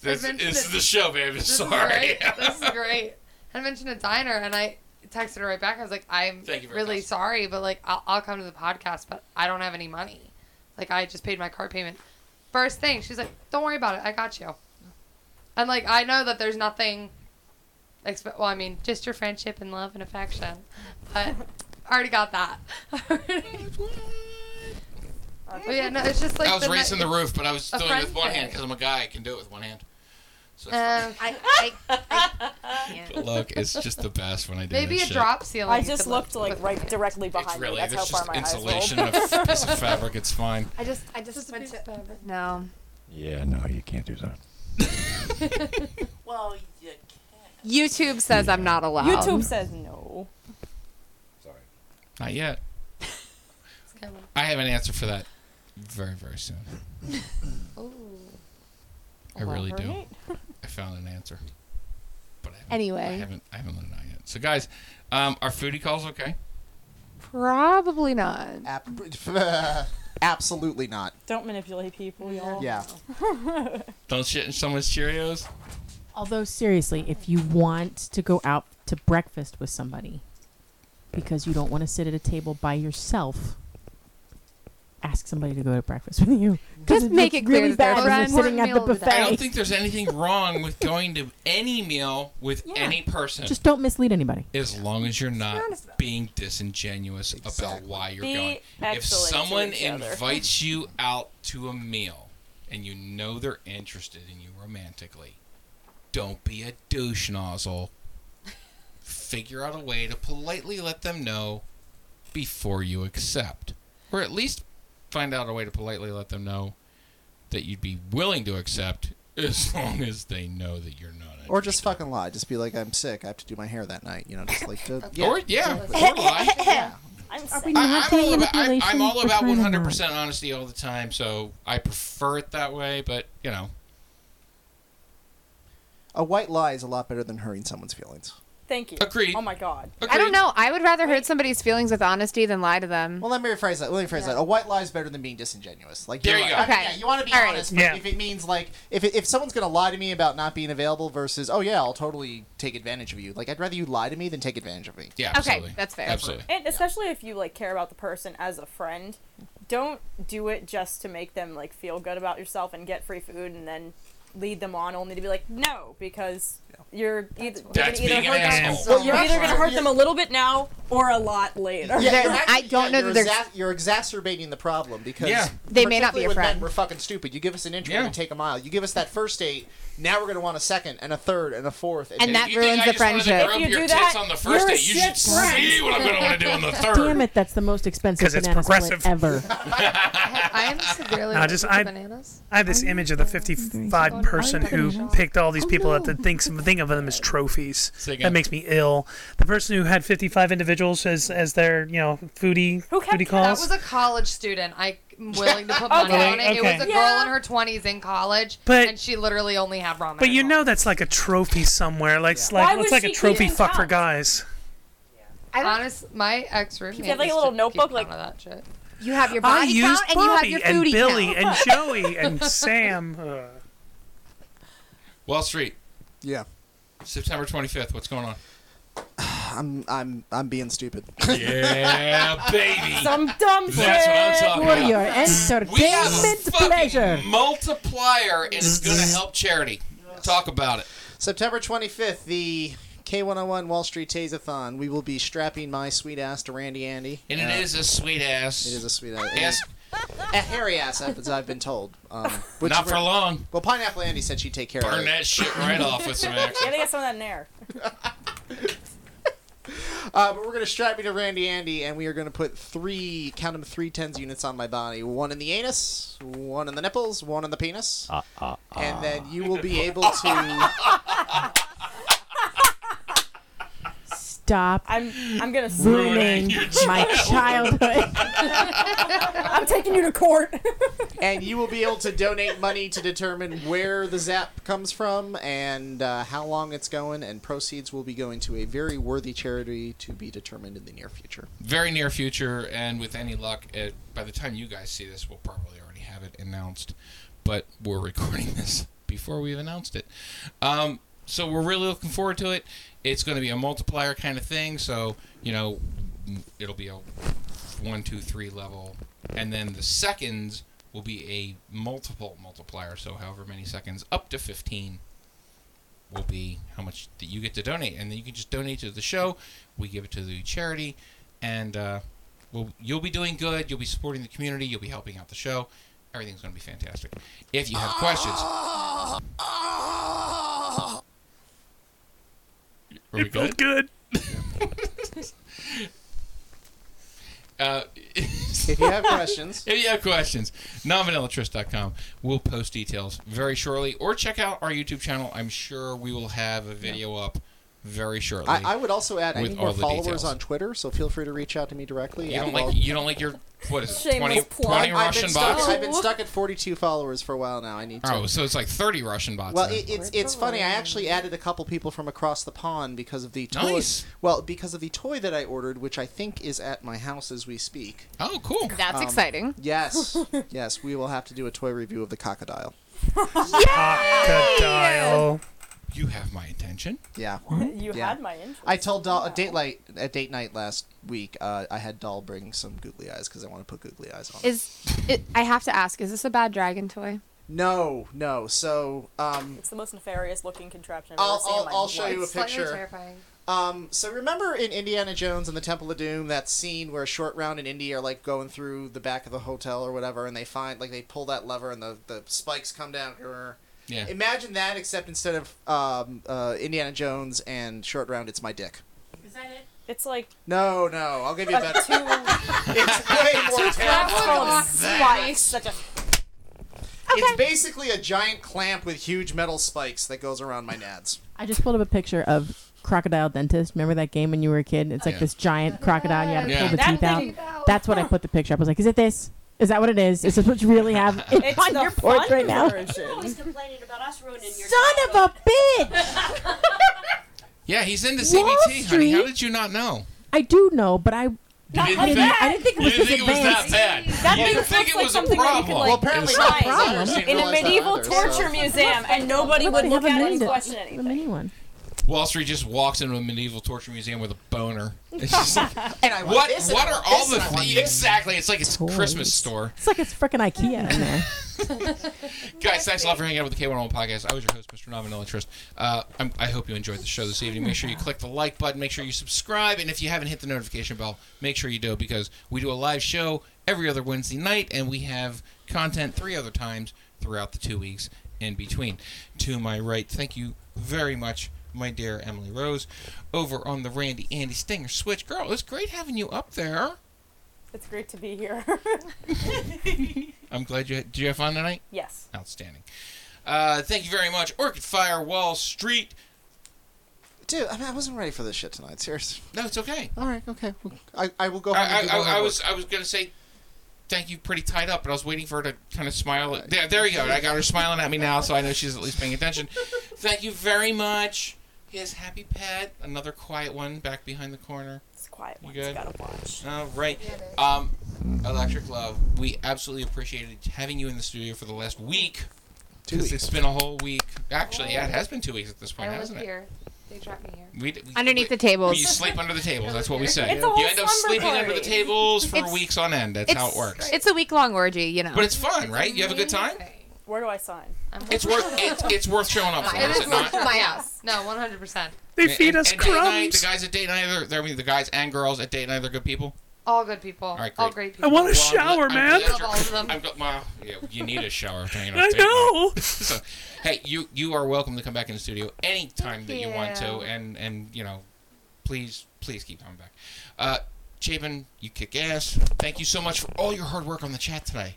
Speaker 1: This,
Speaker 7: I've been-
Speaker 1: this is the show, baby.
Speaker 7: This
Speaker 1: Sorry. *laughs*
Speaker 7: Is great. This is great. I mentioned a diner and I texted her right back. I was like, I'm
Speaker 1: Thank you very
Speaker 7: really sorry, but like I'll, I'll come to the podcast, but I don't have any money. Like I just paid my car payment. First thing, she's like, don't worry about it. I got you. And like I know that there's nothing. Expe- well, I mean, just your friendship and love and affection, but I already got that. *laughs* But yeah, no, it's just like
Speaker 1: I was
Speaker 7: the ne-
Speaker 1: raising the roof, but I was
Speaker 7: a
Speaker 1: doing it with one
Speaker 7: friend
Speaker 1: hand
Speaker 7: thing.
Speaker 1: because I'm a guy. I can do it with one hand. So that's
Speaker 7: Um, *laughs* I, I,
Speaker 1: fine. But look, it's just the best when I do
Speaker 7: maybe
Speaker 1: that
Speaker 7: a
Speaker 1: shit.
Speaker 7: drop ceiling.
Speaker 12: I
Speaker 7: you
Speaker 12: just
Speaker 7: could lift
Speaker 12: looked like
Speaker 7: with
Speaker 12: right
Speaker 7: me.
Speaker 12: directly behind
Speaker 1: Really,
Speaker 12: me. That's how
Speaker 1: there's
Speaker 12: far
Speaker 1: just
Speaker 12: my
Speaker 1: insulation
Speaker 12: eyes
Speaker 1: and
Speaker 12: rolled.
Speaker 1: a piece
Speaker 7: *laughs*
Speaker 1: of fabric. It's fine.
Speaker 7: I just, I just went to.
Speaker 10: No.
Speaker 2: Yeah, no, you can't do that.
Speaker 12: well, you
Speaker 10: YouTube says I'm not allowed.
Speaker 12: YouTube says no.
Speaker 1: Not yet. I have an answer for that very, very
Speaker 7: *laughs*
Speaker 1: soon. I really do. I found an answer. But I haven't- I
Speaker 10: Anyway.
Speaker 1: haven't, I haven't let it out yet. So, guys, um, are foodie calls okay?
Speaker 10: Probably not.
Speaker 3: Ab- *laughs* absolutely not.
Speaker 12: Don't manipulate people, y'all.
Speaker 3: Yeah.
Speaker 1: Don't shit in someone's Cheerios?
Speaker 8: Although seriously, if you want to go out to breakfast with somebody because you don't want to sit at a table by yourself, ask somebody to go to breakfast with you. 'Cause
Speaker 10: Just make
Speaker 8: looks
Speaker 10: it clear
Speaker 8: really
Speaker 10: that they're
Speaker 8: bad when
Speaker 10: friends.
Speaker 8: you're sitting at the
Speaker 7: One meal
Speaker 8: buffet.
Speaker 1: I don't think there's anything wrong with going to any meal with any person.
Speaker 8: Just don't mislead anybody.
Speaker 1: As long as you're not being disingenuous about why you're
Speaker 12: Be
Speaker 1: going. If
Speaker 12: excellent to
Speaker 1: someone
Speaker 12: each other. *laughs*
Speaker 1: invites you out to a meal and you know they're interested in you romantically, don't be a douche nozzle. Figure out a way to politely let them know before you accept. Or at least find out a way to politely let them know that you'd be willing to accept as *laughs* long as they know that you're not.
Speaker 3: Or just fucking lie. Just be like, I'm sick. I have to do my hair that night. You know, just
Speaker 1: *laughs*
Speaker 3: like to. Yeah.
Speaker 1: Or, yeah, or lie.
Speaker 12: I'm
Speaker 8: we
Speaker 12: sick.
Speaker 8: not
Speaker 1: I'm
Speaker 8: doing
Speaker 1: all about, I,
Speaker 8: manipulation?
Speaker 1: I'm all
Speaker 8: We're
Speaker 1: about
Speaker 8: trying to
Speaker 1: 100% honesty all the time, so I prefer it that way. But you know,
Speaker 3: A white lie is a lot better than hurting someone's feelings.
Speaker 12: Thank you.
Speaker 3: Agreed.
Speaker 12: Oh my god.
Speaker 10: I don't know. I would rather hurt somebody's feelings with honesty than lie to them.
Speaker 3: Well, let me rephrase that. Let me rephrase that. A white lie is better than being disingenuous. Like
Speaker 10: There
Speaker 3: you're
Speaker 10: you
Speaker 3: like,
Speaker 10: go.
Speaker 3: I mean,
Speaker 10: Okay.
Speaker 3: yeah, you want to be
Speaker 10: All right.
Speaker 3: honest, but
Speaker 10: Yeah.
Speaker 3: if it means like if it, if someone's gonna lie to me about not being available versus oh yeah, I'll totally take advantage of you. Like I'd rather you lie to me than take advantage of me.
Speaker 1: Yeah.
Speaker 10: Okay, absolutely. that's fair. Absolutely.
Speaker 12: And especially if you like care about the person as a friend, don't do it just to make them like feel good about yourself and get free food and then lead them on only to be like no because you're either, you're
Speaker 1: That's
Speaker 12: gonna
Speaker 1: being
Speaker 12: either
Speaker 1: an
Speaker 12: hurt them,
Speaker 1: asshole.
Speaker 12: well, you're either going to hurt them a little bit now or a lot later.
Speaker 3: Yeah, you're actually- yeah, you're exa- you're exacerbating the problem because
Speaker 12: Yeah. They may not
Speaker 3: particularly
Speaker 12: be your
Speaker 3: with men,
Speaker 12: friend.
Speaker 3: We're fucking stupid. You give us an intro,
Speaker 12: Yeah.
Speaker 3: we take a mile. You give us that first date, now we're gonna want a second and a third and a fourth,
Speaker 10: And that You think ruins I the just wanted to friendship.
Speaker 1: Rub
Speaker 10: If you
Speaker 1: your
Speaker 10: do
Speaker 1: tits
Speaker 10: that,
Speaker 1: on the first
Speaker 10: you're
Speaker 1: date.
Speaker 10: a
Speaker 1: You should
Speaker 10: shit friend.
Speaker 1: see what I'm going to want to do on
Speaker 10: *laughs*
Speaker 1: the third.
Speaker 8: Damn it, that's the most expensive
Speaker 4: 'Cause it's
Speaker 8: banana split
Speaker 4: progressive.
Speaker 8: ever.
Speaker 7: I am severely
Speaker 4: No, just I,
Speaker 7: allergic to bananas.
Speaker 4: I have this image of the 55 person
Speaker 10: Oh,
Speaker 4: who picked all these people up that thinks think of them as trophies.
Speaker 1: again.
Speaker 4: That makes me ill. The person who had 55 individuals as as their you know foodie foodie
Speaker 7: That
Speaker 4: calls.
Speaker 7: was a college student. I'm willing to
Speaker 10: *laughs*
Speaker 7: put money
Speaker 4: Okay,
Speaker 7: on it. It
Speaker 4: okay.
Speaker 7: was a girl
Speaker 4: Yeah.
Speaker 7: in her 20s in college,
Speaker 4: But-
Speaker 7: and she literally only had ramen.
Speaker 4: but you know that's like a trophy somewhere. Like it's
Speaker 7: Why
Speaker 4: like
Speaker 7: would
Speaker 4: it's like a
Speaker 7: she
Speaker 4: trophy
Speaker 7: even
Speaker 4: fuck for
Speaker 7: count?
Speaker 4: guys.
Speaker 7: Honest, my ex roommate.
Speaker 12: had, like, a
Speaker 7: used
Speaker 12: little
Speaker 7: to
Speaker 12: notebook,
Speaker 7: keep
Speaker 12: like-
Speaker 7: count of that shit.
Speaker 10: You have your
Speaker 4: I
Speaker 10: body
Speaker 4: used
Speaker 10: count and you have
Speaker 4: Bobby
Speaker 10: your
Speaker 4: and
Speaker 10: foodie
Speaker 4: Billy
Speaker 10: count.
Speaker 4: and Joey
Speaker 10: *laughs*
Speaker 4: and Sam. Ugh.
Speaker 1: Wall Street.
Speaker 3: Yeah.
Speaker 1: September 25th. What's going on?
Speaker 3: I'm I'm I'm being *laughs* stupid.
Speaker 1: *laughs* Yeah, baby.
Speaker 12: Some dumb
Speaker 1: That's what I'm talking
Speaker 8: For
Speaker 1: about.
Speaker 8: your
Speaker 1: We have a
Speaker 8: entertainment
Speaker 1: fucking
Speaker 8: pleasure.
Speaker 1: multiplier, and it's going to help charity. Talk about it.
Speaker 3: September 25th, the K101 Wall Street Taseathon. We will be strapping my sweet ass to Randy Andy. Uh,
Speaker 1: And it is a sweet ass. It
Speaker 3: is a sweet ass.
Speaker 1: Yes.
Speaker 3: a hairy ass, as I've been told.
Speaker 1: *laughs*
Speaker 3: Um,
Speaker 1: Not for long.
Speaker 3: Well, Pineapple Andy said she'd take care of it.
Speaker 1: Burn that shit right off with *laughs* some action.
Speaker 12: Gotta get some of that in there.
Speaker 3: Uh, but we're going to strap me to Randy Andy, and we are going to put three, count them, three tens units on my body. One in the anus, one in the nipples, one in the penis.
Speaker 2: Uh, uh, uh.
Speaker 3: And then you will be
Speaker 1: *laughs*
Speaker 3: able to.
Speaker 8: Stop
Speaker 12: I'm I'm going to
Speaker 8: ruining *laughs* my childhood.
Speaker 12: I'm taking you to court.
Speaker 3: and you will be able to donate money to determine where the zap comes from and uh, how long it's going, and proceeds will be going to a very worthy charity to be determined in the near future.
Speaker 1: Very near future, and with any luck, it, by the time you guys see this, we'll probably already have it announced. But we're *laughs* recording this before we've announced it. Um, so we're really looking forward to it. It's going to be a multiplier kind of thing. So, you know, it'll be a one, two, three level. And then the seconds will be a multiple multiplier. So, however many seconds, up to 15 will be how much that you get to donate, and then you can just donate to the show. We give it to the charity, and uh, well, you'll be doing good. You'll be supporting the community. You'll be helping out the show. Everything's going to be fantastic. If you have questions, Are we
Speaker 4: It felt good.
Speaker 1: Uh, *laughs* if
Speaker 3: you have questions-
Speaker 1: if you have questions, nonvanillatrist.com. We'll post details very shortly, or check out our YouTube channel. I'm sure we will have a video up very shortly.
Speaker 3: I, I would also add I
Speaker 1: with
Speaker 3: need more
Speaker 1: all the
Speaker 3: followers
Speaker 1: details.
Speaker 3: on Twitter, so feel free to reach out to me directly.
Speaker 1: You
Speaker 3: at
Speaker 1: don't like
Speaker 3: Wal-
Speaker 1: you don't like your what is it,
Speaker 3: Shameless
Speaker 1: 20, 20
Speaker 3: I've been
Speaker 1: Russian
Speaker 3: stuck-
Speaker 1: bots?
Speaker 3: I've been stuck at 42 followers for a while now. I need to.
Speaker 1: Oh, so it's like thirty Russian bots.
Speaker 3: Well,
Speaker 1: then.
Speaker 3: it, it's it's funny. I actually added a couple people from across the pond because of the toy.
Speaker 1: Nice.
Speaker 3: Well, because of the toy that I ordered, which I think is at my house as we speak.
Speaker 1: Oh, cool.
Speaker 10: That's
Speaker 3: Um,
Speaker 10: exciting.
Speaker 3: Yes, yes, we will have to do a toy review of the crocodile.
Speaker 4: Crocodile.
Speaker 1: You have my attention.
Speaker 3: Yeah.
Speaker 12: *laughs* You
Speaker 3: Yeah.
Speaker 12: had my interest.
Speaker 3: I told Doll at date night at date night last week. Uh, I had Doll bring some googly eyes because I want to put googly eyes on. it.
Speaker 10: Is it, I have to ask? Is this a bad dragon toy?
Speaker 3: No, no. So um,
Speaker 12: It's the most nefarious looking contraption I've
Speaker 3: I'll
Speaker 12: ever seen in
Speaker 3: I'll,
Speaker 12: my
Speaker 3: I'll show
Speaker 12: life.
Speaker 3: you a picture. Um, so remember in Indiana Jones and the Temple of Doom that scene where Short Round and Indy are like going through the back of the hotel or whatever, and they find like they pull that lever and the the spikes come down. grrr.
Speaker 1: Yeah.
Speaker 3: Imagine that, except instead of um, uh, Indiana Jones and Short Round, it's my dick.
Speaker 12: Is that it? It's like
Speaker 3: No, no, I'll give you a
Speaker 12: a
Speaker 3: better.
Speaker 12: two.
Speaker 3: *laughs* It's way more
Speaker 12: That's called a
Speaker 3: terrifying.
Speaker 12: slice. Such a
Speaker 3: It's basically a giant clamp with huge metal spikes that goes around my nads.
Speaker 8: I just pulled up a picture of Crocodile Dentist. Remember that game when you were a kid? It's like
Speaker 1: Yeah.
Speaker 8: this giant crocodile. You had to
Speaker 1: Yeah.
Speaker 8: pull the
Speaker 1: That
Speaker 8: teeth out. That's what I put the picture up. I was like, is it this? Is that what it is? Is this what you really have
Speaker 12: *laughs* It's
Speaker 8: on
Speaker 12: the
Speaker 8: your porch
Speaker 12: fun
Speaker 8: right now?
Speaker 12: version.
Speaker 13: Always complaining about us ruining your
Speaker 8: Son of a bitch!
Speaker 1: Yeah, he's into
Speaker 8: Wall
Speaker 1: CBT, honey. How
Speaker 8: Street?
Speaker 1: did you not know?
Speaker 8: I do know, but I.
Speaker 1: Not
Speaker 8: I,
Speaker 1: like
Speaker 8: didn't,
Speaker 1: that.
Speaker 8: I didn't think it
Speaker 1: You
Speaker 8: was
Speaker 1: didn't
Speaker 8: this
Speaker 1: think it was that
Speaker 8: advanced.
Speaker 1: bad.
Speaker 12: That
Speaker 1: You
Speaker 12: thing
Speaker 1: didn't
Speaker 12: looks
Speaker 1: think it
Speaker 12: like
Speaker 1: was a
Speaker 12: something that you could,
Speaker 1: problem.
Speaker 12: like,
Speaker 1: Well, apparently
Speaker 12: hide
Speaker 1: not. It's not a
Speaker 12: in a
Speaker 1: problem.
Speaker 12: medieval torture
Speaker 1: So-
Speaker 12: museum, and nobody would
Speaker 8: They
Speaker 12: look
Speaker 8: haven't
Speaker 12: at it and
Speaker 8: named it.
Speaker 12: question anything.
Speaker 8: Anyone.
Speaker 1: Wall Street just walks into a medieval torture museum with a boner. It's just like,
Speaker 3: and I want
Speaker 1: what?
Speaker 3: this and
Speaker 1: What are
Speaker 3: I want
Speaker 1: all
Speaker 3: this
Speaker 1: the
Speaker 3: and I want
Speaker 1: thi-
Speaker 3: this.
Speaker 1: exactly? It's like it's a Christmas
Speaker 8: Toys.
Speaker 1: store.
Speaker 8: It's like it's frickin' IKEA in there.
Speaker 1: Guys, thanks a lot for hanging out with the K101 podcast. I was your host, Mr. Nominella Trist. Uh, I'm, I hope you enjoyed the show this evening. Make sure you click the like button. Make sure you subscribe. And if you haven't hit the notification bell, make sure you do because we do a live show every other Wednesday night, and we have content three other times throughout the two weeks in between. To my right, thank you very much, my dear Emily Rose. Over on the Randy Andy Stinger Switch. Girl, it's great having you up there.
Speaker 12: It's great to be here. *laughs*
Speaker 1: I'm glad you had, did you have fun tonight?
Speaker 12: Yes.
Speaker 1: Outstanding. Uh, thank you very much. Orchid Fire Wall Street.
Speaker 3: Dude, I, mean, I wasn't ready for this shit tonight. Seriously.
Speaker 1: No, it's okay.
Speaker 3: All right, okay. I, I will go home.
Speaker 1: I,
Speaker 3: and do
Speaker 1: I,
Speaker 3: my
Speaker 1: I, I
Speaker 3: homework.
Speaker 1: was I was gonna say thank you pretty tied up, but I was waiting for her to kind of smile. At, there, there you go. I got her smiling at me now, so I know she's at least paying attention. thank you very much. His happy pet, another quiet one back behind the corner.
Speaker 12: It's quiet.
Speaker 1: You good? All right. Um, Electric Love, we absolutely appreciated having you in the studio for the last week.
Speaker 3: Two
Speaker 1: 'cause It's been a whole week. Actually, yeah, it has been two weeks at this
Speaker 7: I
Speaker 1: point,
Speaker 7: don't
Speaker 1: hasn't
Speaker 7: live
Speaker 1: it?
Speaker 7: here. They dropped me here.
Speaker 1: We, d- we,
Speaker 10: Underneath
Speaker 1: we-
Speaker 10: the tables.
Speaker 1: You sleep under the tables. That's what we say.
Speaker 10: It's a whole
Speaker 1: you end up
Speaker 10: slumber
Speaker 1: sleeping under the
Speaker 10: party.
Speaker 1: tables for
Speaker 10: It's-
Speaker 1: weeks on end. That's how it works.
Speaker 10: It's a week long orgy, you know.
Speaker 1: But it's fun, right? You have a good time.
Speaker 12: Where do I sign?
Speaker 1: It's worth it's, it's worth showing up for.
Speaker 7: It
Speaker 1: is
Speaker 7: is
Speaker 1: it not?
Speaker 7: my house. No, 100%.
Speaker 1: And- and- and date night, the guys at date night, they're, they're- I mean, the guys and girls at date night, they're good people.
Speaker 7: All good people. All,
Speaker 1: right,
Speaker 7: great
Speaker 1: I
Speaker 10: Oh,
Speaker 7: people.
Speaker 1: want a Well, I'm gl- shower, I'm man. glad
Speaker 7: Love all of them.
Speaker 1: I've got my yeah, you need a shower. If you're
Speaker 7: I
Speaker 1: gonna know. so, hey, you you are welcome to come back in the studio anytime that you want to,
Speaker 7: you.
Speaker 1: and and you know, please please keep coming back. Uh, Chapin, you kick ass. Thank you so much for all your hard work on the chat today.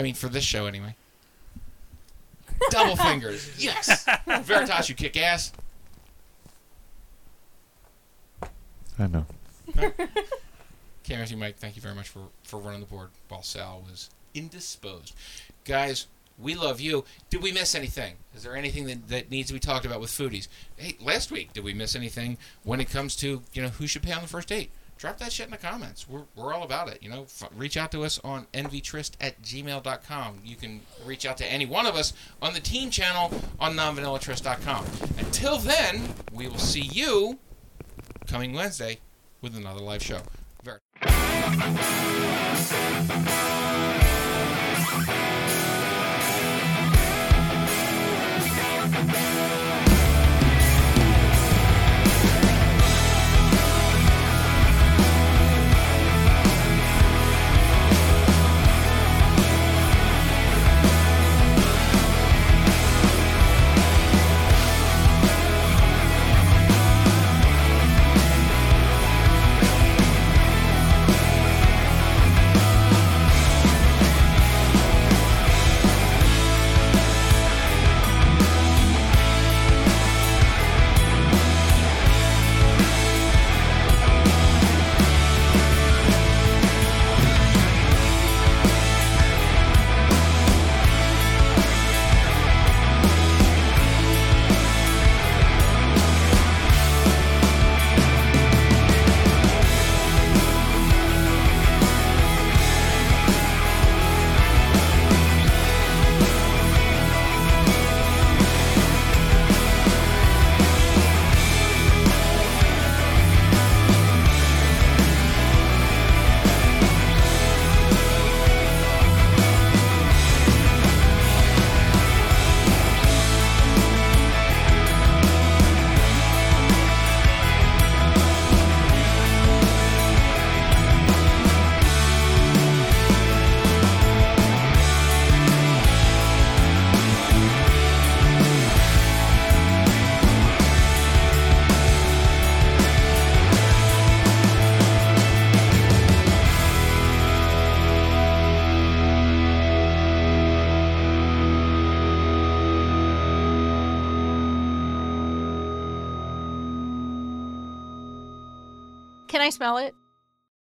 Speaker 1: I mean, for this show anyway. Double fingers, yes. Veritas, you kick ass.
Speaker 2: I know.
Speaker 1: Cam, you Mike, thank you very much for, for running the board while Sal was indisposed. Guys, we love you. Did we miss anything? Is there anything that, that needs to be talked about with foodies? Hey, last week, did we miss anything when it comes to, you know, who should pay on the first date? Drop that shit in the comments. We're, we're all about it. You know, F- reach out to us on envytrist at gmail.com. You can reach out to any one of us on the team channel on nonvanillatrist.com. Until then, we will see you coming Wednesday with another live show. Very.
Speaker 14: Can I smell it?